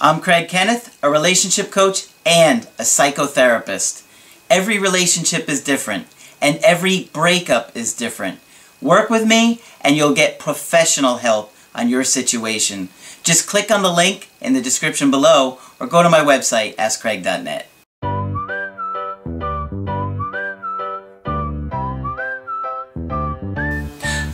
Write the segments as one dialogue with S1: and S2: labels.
S1: I'm Craig Kenneth, a relationship coach and a psychotherapist. Every relationship is different, and every breakup is different. Work with me, and you'll get professional help on your situation. Just click on the link in the description below or go to my website, askcraig.net.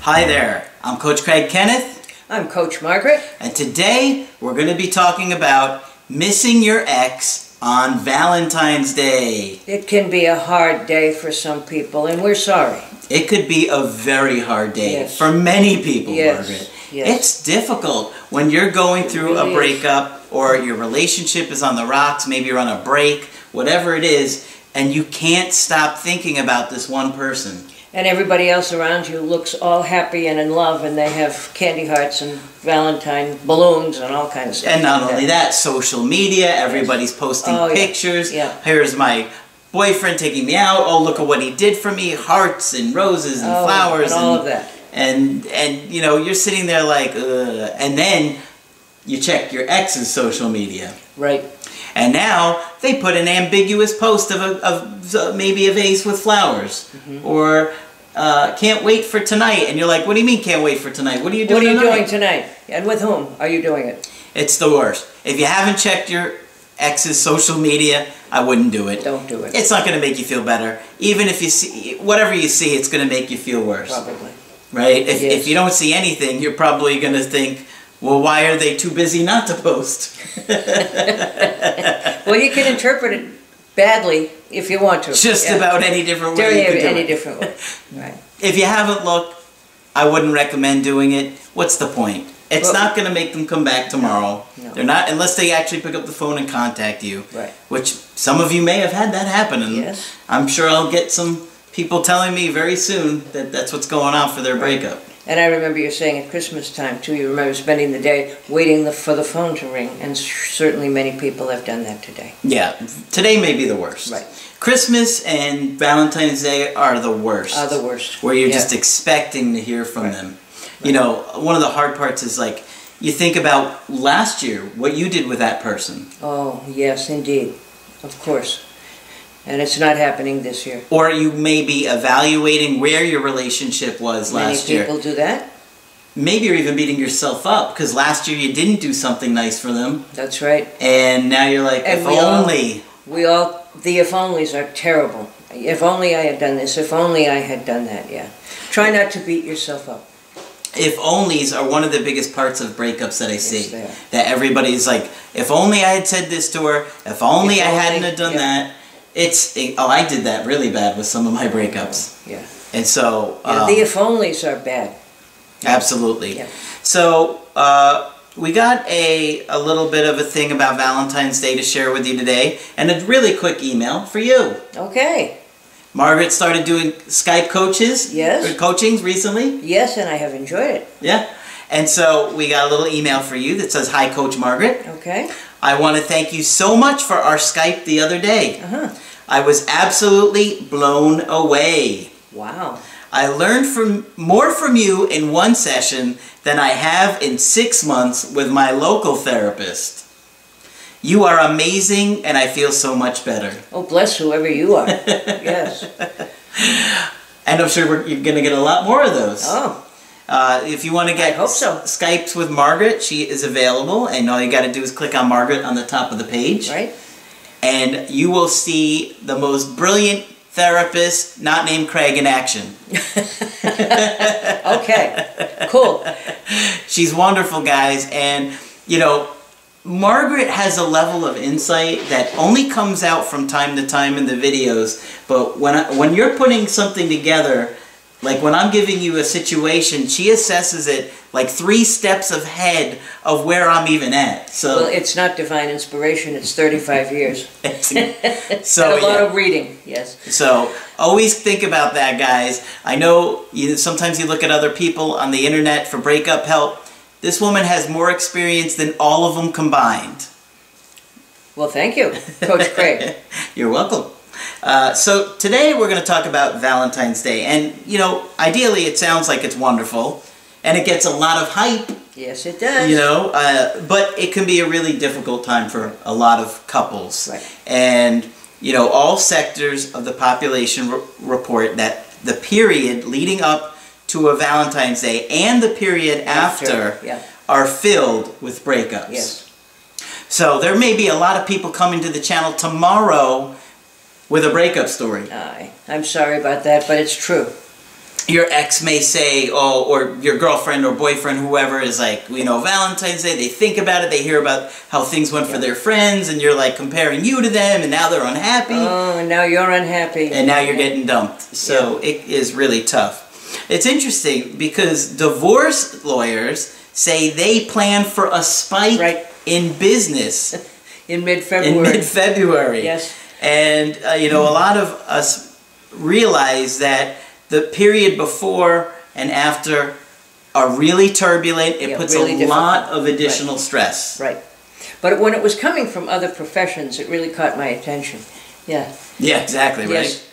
S1: Hi there, I'm Coach Craig Kenneth.
S2: I'm Coach Margaret.
S1: And today we're going to be talking about missing your ex on Valentine's Day.
S2: It can be a hard day for some people, and we're sorry.
S1: It could be a very hard day
S2: Yes.
S1: for many people,
S2: Yes,
S1: Oh, Margaret.
S2: yes.
S1: It's difficult when you're going through a
S2: really is.
S1: breakup or your relationship is on the rocks, maybe you're on a break, whatever it is, and you can't stop thinking about this one person.
S2: And everybody else around you looks all happy and in love, and they have candy hearts and Valentine balloons and all kinds of stuff.
S1: And not
S2: like
S1: only that, social media, everybody's posting
S2: Oh, yeah.
S1: pictures.
S2: Yeah.
S1: Here's my boyfriend taking me out. Oh, look at what he did for me. Hearts and roses and
S2: Oh,
S1: flowers
S2: and all of that.
S1: And and you know, you're sitting there like Ugh. and then you check your ex's social media.
S2: Right.
S1: And now they put an ambiguous post of, a, of uh, maybe a vase with flowers
S2: Mm-hmm.
S1: or uh, can't wait for tonight and you're like what do you mean can't wait for tonight what are you doing
S2: What are you
S1: tonight?
S2: doing tonight? And with whom are you doing it?
S1: It's the worst. If you haven't checked your ex's social media, I wouldn't do it.
S2: Don't do it.
S1: It's not going to make you feel better. Even if you see whatever you see, it's going to make you feel worse,
S2: Probably.
S1: right? If,
S2: Yes.
S1: if you don't see anything, you're probably going to think, "Well, why are they too busy not to post?"
S2: Well, you can interpret it badly if you want to.
S1: Just
S2: Yeah.
S1: about any different way.
S2: There
S1: you
S2: you have
S1: could do
S2: any
S1: it.
S2: different way. Right.
S1: If you haven't looked, I wouldn't recommend doing it. What's the point? It's
S2: Well-
S1: not going to make them come back tomorrow.
S2: no.
S1: They're not unless they actually pick up the phone and contact you.
S2: Right.
S1: Which some of you may have had that happen, and
S2: Yes.
S1: I'm sure I'll get some people telling me very soon that that's what's going on for their breakup.
S2: And I remember you saying at Christmas time too. You remember spending the day waiting the, for the phone to ring, and certainly many people have done that today.
S1: Yeah, today may be the worst.
S2: Right.
S1: Christmas and Valentine's Day are the worst.
S2: Are the worst.
S1: Where you're
S2: Yeah.
S1: just expecting to hear from them. You know, one of the hard parts is like you think about last year what you did with that person.
S2: Oh, yes, indeed. Of course. And it's not happening this year.
S1: or you may be evaluating where your relationship was last
S2: Many
S1: year.
S2: people do that.
S1: Maybe you're even beating yourself up because last year you didn't do something nice for them,
S2: That's right.
S1: and now you're like,
S2: And
S1: if
S2: we all-
S1: only.
S2: We all, the if onlys are terrible. If only I had done this, if only I had done that, yeah. Try not to beat yourself up.
S1: If onlys are one of the biggest parts of breakups that I see.
S2: they are.
S1: That everybody's like, if only I had said this to her, if only
S2: If
S1: I
S2: only-
S1: hadn't have done
S2: yeah.
S1: that. It's, oh, I did that really bad with some of my breakups.
S2: Yeah.
S1: And so,
S2: Yeah,
S1: um,
S2: the if onlys are bad.
S1: Absolutely.
S2: Yeah.
S1: So uh, we got a a little bit of a thing about Valentine's Day to share with you today, and a really quick email for you.
S2: Okay.
S1: Margaret started doing Skype coaches,
S2: Yes.
S1: or coachings recently.
S2: Yes, and I have enjoyed it.
S1: Yeah. And so we got a little email for you that says, "Hi, Coach Margaret.
S2: Okay.
S1: I want to thank you so much for our Skype the other day.
S2: Uh-huh.
S1: I was absolutely blown away."
S2: Wow.
S1: I learned from more from you in one session than I have in six months with my local therapist. You are amazing, and I feel so much better.
S2: Oh, bless whoever you are. yes.
S1: And I'm sure we're, you're going to get a lot more of those.
S2: Oh,
S1: Uh, if you want to get
S2: I hope so.
S1: Skypes with Margaret, she is available, and all you got to do is click on Margaret on the top of the page,
S2: right?
S1: and you will see the most brilliant therapist, not named Craig, in action.
S2: Okay. Cool.
S1: She's wonderful, guys. And, you know, Margaret has a level of insight that only comes out from time to time in the videos. But when, I, when you're putting something together, like when I'm giving you a situation, she assesses it like three steps ahead of where I'm even at.
S2: Well,
S1: So,
S2: it's not divine inspiration, it's 35 years.
S1: so
S2: and a lot
S1: Oh, yeah.
S2: of reading, yes.
S1: So always think about that, guys. I know you, sometimes you look at other people on the internet for breakup help. This woman has more experience than all of them combined.
S2: Well, thank you, Coach Craig.
S1: You're welcome. Uh, so today we're going to talk about Valentine's Day, and you know, ideally it sounds like it's wonderful, and it gets a lot of hype.
S2: Yes, it does.
S1: you know uh, but it can be a really difficult time for a lot of couples
S2: Right.
S1: and you know all sectors of the population re- report that the period leading up to a valentine's day and the period after,
S2: yeah.
S1: are filled with breakups
S2: Yes.
S1: so there may be a lot of people coming to the channel tomorrow with a breakup story
S2: Aye. I'm sorry about that, but it's true.
S1: your ex may say, oh, or your girlfriend or boyfriend, whoever is like, you know, Valentine's Day, they think about it, they hear about how things went for their friends, and you're like comparing you to them, and now they're unhappy,
S2: Oh, and now you're unhappy.
S1: and now you're getting dumped. So it is really tough. It's interesting because divorce lawyers say they plan for a spike
S2: Right.
S1: in business
S2: in
S1: in
S2: mid-February.
S1: mid February.
S2: Yes.
S1: And, uh, you know, a lot of us realize that the period before and after are really turbulent. It
S2: Yeah,
S1: puts
S2: really
S1: a
S2: difficult.
S1: lot of additional stress.
S2: right. But when it was coming from other professions, it really caught my attention. Yeah.
S1: Yeah, exactly, right?
S2: Yes.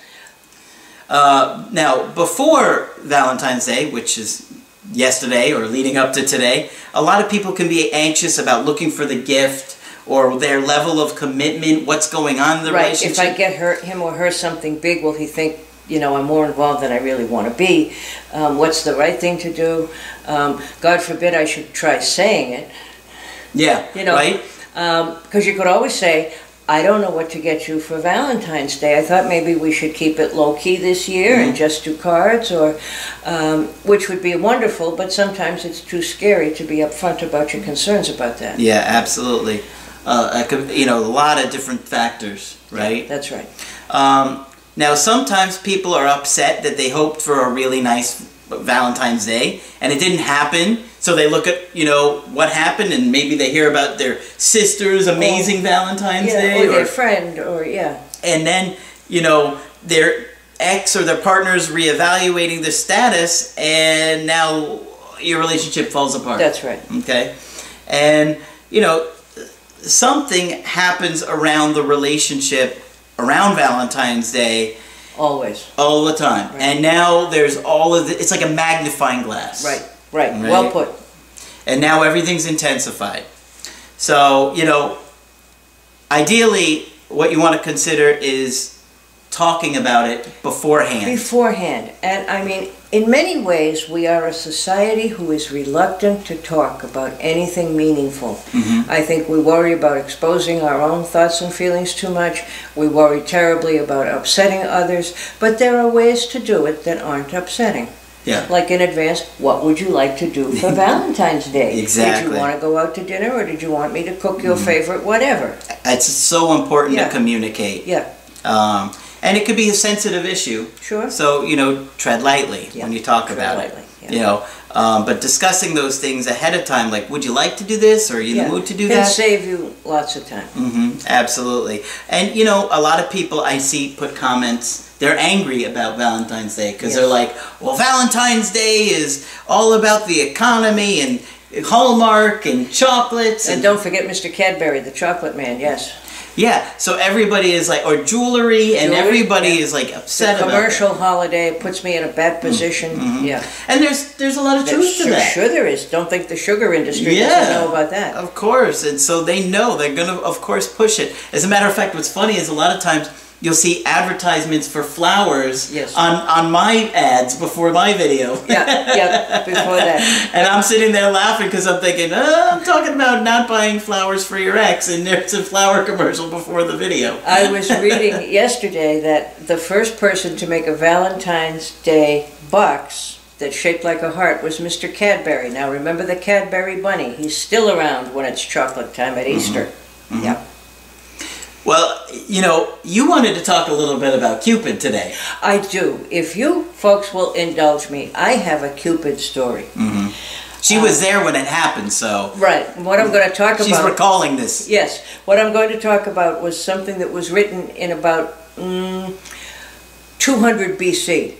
S1: Uh, now, before Valentine's Day, which is yesterday or leading up to today, a lot of people can be anxious about looking for the gift or their level of commitment, what's going on in the
S2: right. If
S1: relationship.
S2: I get her, him or her something big, will he think, you know, I'm more involved than I really want to be? Um, what's the right thing to do? Um, God forbid I should try saying it,
S1: yeah,
S2: you know,
S1: right?
S2: because you could always say, I don't know what to get you for Valentine's Day. I thought maybe we should keep it low key this year and
S1: Mm-hmm.
S2: just do cards, or um, which would be wonderful. But sometimes it's too scary to be upfront about your concerns about that.
S1: Yeah, absolutely. Uh, I could- you know, a lot of different factors, right?
S2: That's right.
S1: Um, now, sometimes people are upset that they hoped for a really nice Valentine's Day and it didn't happen. So they look at, you know, what happened and maybe they hear about their sister's amazing Valentine's
S2: Oh. Yeah,
S1: Day.
S2: or their
S1: Or,
S2: friend, or yeah,
S1: and then, you know, their ex or their partner's reevaluating their status and now your relationship falls apart.
S2: that's right.
S1: Okay? And, you know, something happens around the relationship around Valentine's Day
S2: Always.
S1: all the time.
S2: Right.
S1: And now there's all of the, it's like a magnifying glass.
S2: Right. Right.
S1: Right.
S2: Well put.
S1: And now everything's intensified. So, you know, ideally, what you want to consider is talking about it beforehand.
S2: beforehand. And I mean, in many ways, we are a society who is reluctant to talk about anything meaningful.
S1: Mm-hmm.
S2: I think we worry about exposing our own thoughts and feelings too much. We worry terribly about upsetting others. But there are ways to do it that aren't upsetting.
S1: Yeah.
S2: Like in advance, what would you like to do for Valentine's Day? Did
S1: Exactly. Mm-hmm.
S2: you want to go out to dinner or did you want me to cook your favorite whatever?
S1: It's so important
S2: Yeah.
S1: to communicate.
S2: Yeah,
S1: Um, and it could be a sensitive issue.
S2: sure.
S1: So you know, tread lightly
S2: Yeah,
S1: when you talk
S2: tread
S1: about
S2: lightly,
S1: it.
S2: yeah.
S1: You know, um, but discussing those things ahead of time, like, would you like to do this? Or are you in
S2: Yeah.
S1: the mood to do
S2: Can
S1: that?
S2: save you lots of time.
S1: hmm absolutely. And you know, a lot of people I see put comments. They're angry about Valentine's Day because they're
S2: Yes.
S1: like, "Well, Valentine's Day is all about the economy and Hallmark and chocolates
S2: And don't forget Mr. Cadbury, the chocolate man, yes.
S1: yeah." So everybody is like, or jewelry, and
S2: Jewelry,
S1: everybody
S2: yeah.
S1: is like upset
S2: It's
S1: about
S2: a
S1: Mm. Mm-hmm.
S2: commercial holiday It puts me in a bad position. Yeah.
S1: that. And there's there's a lot of truth to
S2: sure,
S1: that.
S2: sure there is. Don't think the sugar industry doesn't
S1: Yeah.
S2: know about that.
S1: Of course, and so they know they're gonna, of course, push it. As a matter of fact, what's funny is a lot of times you'll see advertisements for flowers
S2: Yes.
S1: on on my ads before my video.
S2: yeah, yeah, before that.
S1: And I'm sitting there laughing because I'm thinking, oh, I'm talking about not buying flowers for your ex, and there's a flower commercial before the video.
S2: I was reading yesterday that the first person to make a Valentine's Day box that shaped like a heart was Mr. Cadbury. Now remember the Cadbury bunny. He's still around when it's chocolate time
S1: Mm-hmm.
S2: at Easter. Yeah.
S1: Well, you know, you wanted to talk a little bit about Cupid today.
S2: I do. If you folks will indulge me, I have a Cupid story.
S1: She was there when it happened, so
S2: Right. What I'm going to Uh, talk
S1: she's
S2: about
S1: recalling this.
S2: Yes, what I'm going to talk about was something that was written in about mm, 200 BC.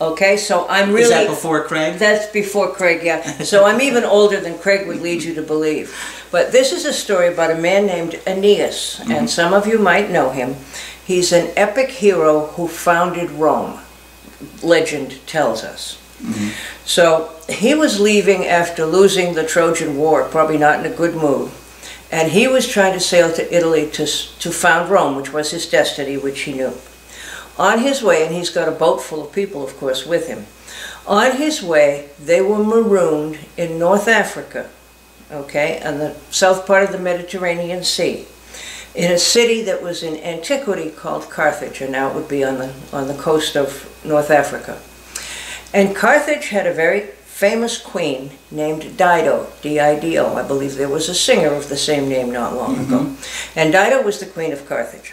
S2: Okay, so I'm really
S1: Is that before Craig?
S2: that's before Craig, yeah. So I'm even older than Craig would lead you to believe. But this is a story about a man named Aeneas, and some of you might know him. He's an epic hero who founded Rome, legend tells us. So he was leaving after losing the Trojan War, probably not in a good mood. And he was trying to sail to Italy to, s- to found Rome, which was his destiny, which he knew. On his way, and he's got a boat full of people, of course, with him. On his way, they were marooned in North Africa, okay, on the south part of the Mediterranean Sea, in a city that was in antiquity called Carthage, and now it would be on the, on the coast of North Africa. And Carthage had a very famous queen named Dido, D I D O. I believe there was a singer of the same name not long ago. And Dido was the queen of Carthage.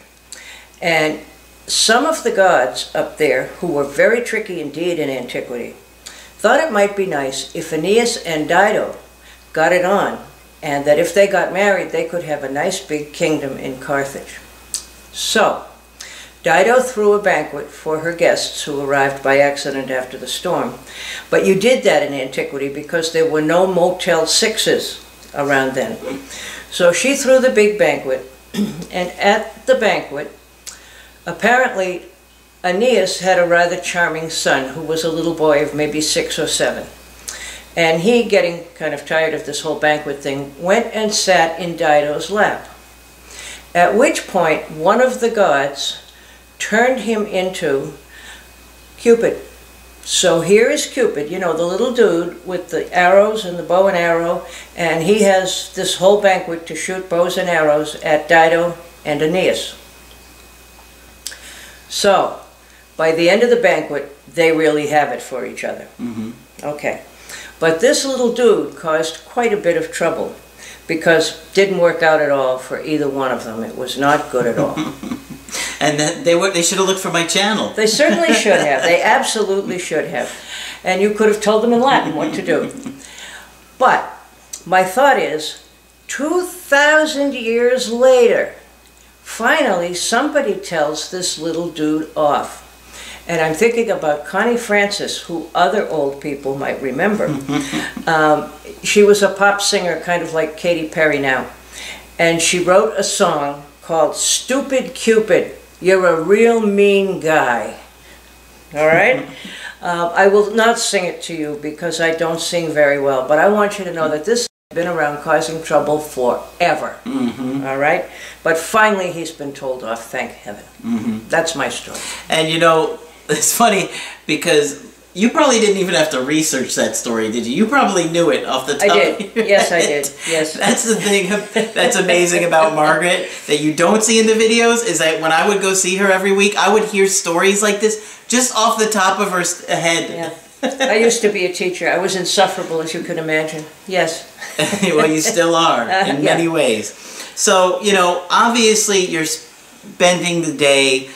S2: And some of the gods up there, who were very tricky indeed in antiquity, thought it might be nice if Aeneas and Dido got it on, and that if they got married, they could have a nice big kingdom in Carthage. So, Dido threw a banquet for her guests who arrived by accident after the storm. But you did that in antiquity because there were no Motel Sixes around then. So she threw the big banquet, and at the banquet, apparently Aeneas had a rather charming son who was a little boy of maybe six or seven. And he, getting kind of tired of this whole banquet thing, went and sat in Dido's lap. At which point, one of the gods turned him into Cupid. So here is Cupid, you know, the little dude with the arrows and the bow and arrow, and he has this whole banquet to shoot bows and arrows at Dido and Aeneas. So, by the end of the banquet, they really have it for each other.
S1: Mhm.
S2: Okay. But this little dude caused quite a bit of trouble because didn't work out at all for either one of them. It was not good at all.
S1: And that they were they should have looked for my channel.
S2: They certainly should have. They absolutely should have. And you could have told them in Latin what to do. But my thought is 2,000 years later, finally somebody tells this little dude off. And I'm thinking about Connie Francis, who other old people might remember. um, she was a pop singer, kind of like Katy Perry now. And she wrote a song called Stupid Cupid. You're a real mean guy. All right? Uh, I will not sing it to you because I don't sing very well, but I want you to know that this has been around causing trouble forever. All right? But finally, he's been told off, thank heaven. That's my story.
S1: And you know, it's funny because you probably didn't even have to research that story, did you? You probably knew it off the top.
S2: I
S1: of
S2: did.
S1: your
S2: Yes, I
S1: head.
S2: did. Yes.
S1: That's the thing that's amazing about Margaret that you don't see in the videos is that when I would go see her every week, I would hear stories like this just off the top of her s- head.
S2: Yeah. I used to be a teacher. I was insufferable, as you can imagine. Yes.
S1: well, you still are in
S2: Uh, yeah.
S1: many ways. So, you know, obviously you're spending the day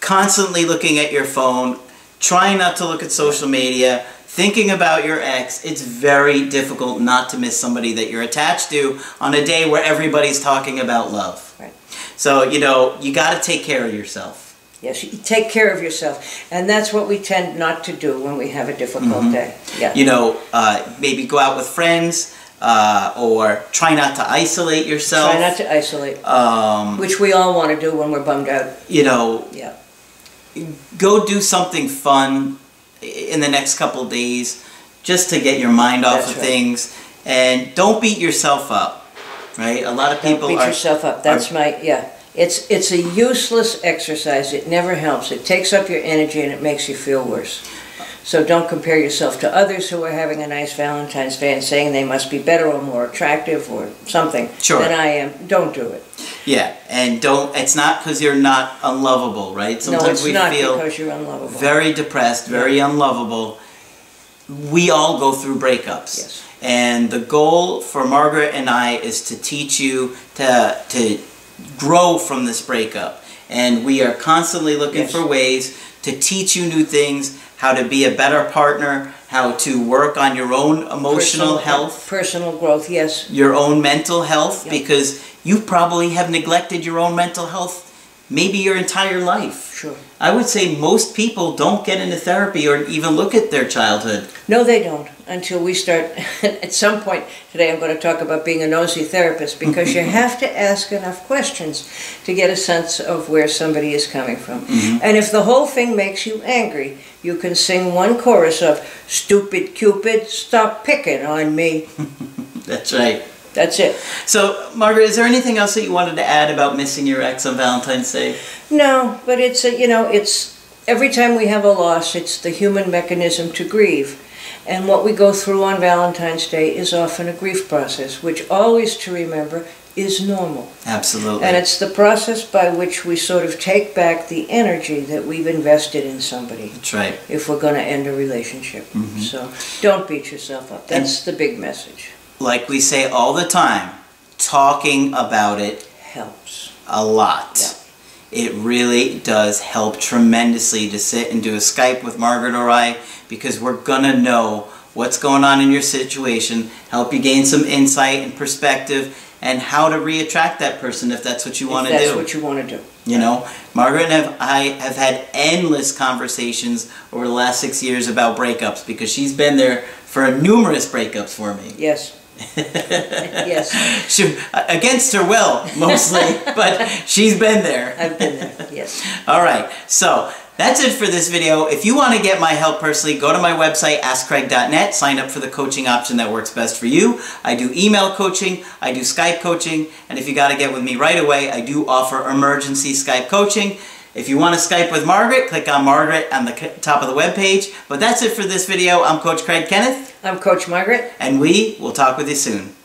S1: constantly looking at your phone, trying not to look at social media, thinking about your ex. It's very difficult not to miss somebody that you're attached to on a day where everybody's talking about love.
S2: Right.
S1: So, you know, you got to take care of yourself.
S2: Yes, you take care of yourself. And that's what we tend not to do when we have a difficult day. Yeah.
S1: Mm-hmm. you know, uh, maybe go out with friends uh, or try not to isolate yourself.
S2: Try not to isolate,
S1: um,
S2: which we all want to do when we're bummed out.
S1: you know,
S2: Yeah.
S1: go do something fun i- in the next couple days just to get your mind off
S2: That's
S1: of
S2: right.
S1: things and don't beat yourself up, right? A lot of people
S2: Don't beat
S1: are.
S2: yourself up. That's my yeah. It's it's a useless exercise. It never helps. It takes up your energy and it makes you feel worse. So don't compare yourself to others who are having a nice Valentine's Day and saying they must be better or more attractive or something
S1: Sure.
S2: than I am. Don't do it.
S1: Yeah, and don't. It's not because you're not unlovable, right? Sometimes
S2: no, it's
S1: we
S2: not
S1: feel
S2: because you're unlovable.
S1: very depressed, very unlovable. We all go through breakups.
S2: Yes.
S1: And the goal for Margaret and I is to teach you to to grow from this breakup. And we are constantly looking
S2: Yes.
S1: for ways to teach you new things, how to be a better partner, how to work on your own emotional
S2: Personal-
S1: health,
S2: personal growth. Yes,
S1: your own mental health
S2: Yeah.
S1: because you probably have neglected your own mental health maybe your entire life.
S2: sure.
S1: I would say most people don't get into therapy or even look at their childhood.
S2: No, they don't. until we start. at some point today, I'm going to talk about being a nosy therapist because you have to ask enough questions to get a sense of where somebody is coming from. And if the whole thing makes you angry, you can sing one chorus of "Stupid Cupid, stop picking on me."
S1: That's right.
S2: That's it.
S1: So, Margaret, is there anything else that you wanted to add about missing your ex on Valentine's Day?
S2: No, but it's a, you know, it's every time we have a loss, it's the human mechanism to grieve. And what we go through on Valentine's Day is often a grief process, which always to remember is normal.
S1: Absolutely.
S2: And it's the process by which we sort of take back the energy that we've invested in somebody
S1: That's right.
S2: if we're going to end a relationship.
S1: Mm-hmm.
S2: So don't beat yourself up. That's the big message.
S1: Like we say all the time, talking about it
S2: Helps.
S1: a lot. It really does help tremendously to sit and do a Skype with Margaret or I because we're gonna know what's going on in your situation, help you gain some insight and perspective, and how to reattract that person if that's what you want
S2: if
S1: to
S2: that's
S1: do.
S2: what you want to do.
S1: You know, Margaret and have, I have had endless conversations over the last six years about breakups because she's been there for numerous breakups for me.
S2: Yes. yes.
S1: She, against her will, mostly, but she's been there.
S2: I've been there. Yes.
S1: All right, so that's it for this video. If you want to get my help personally, go to my website, askcraig.net, sign up for the coaching option that works best for you. I do email coaching, I do Skype coaching, and if you got to get with me right away, I do offer emergency Skype coaching. If you want to Skype with Margaret, click on Margaret on the c- top of the webpage. But that's it for this video. I'm Coach Craig Kenneth,
S2: I'm Coach Margaret.
S1: and we will talk with you soon.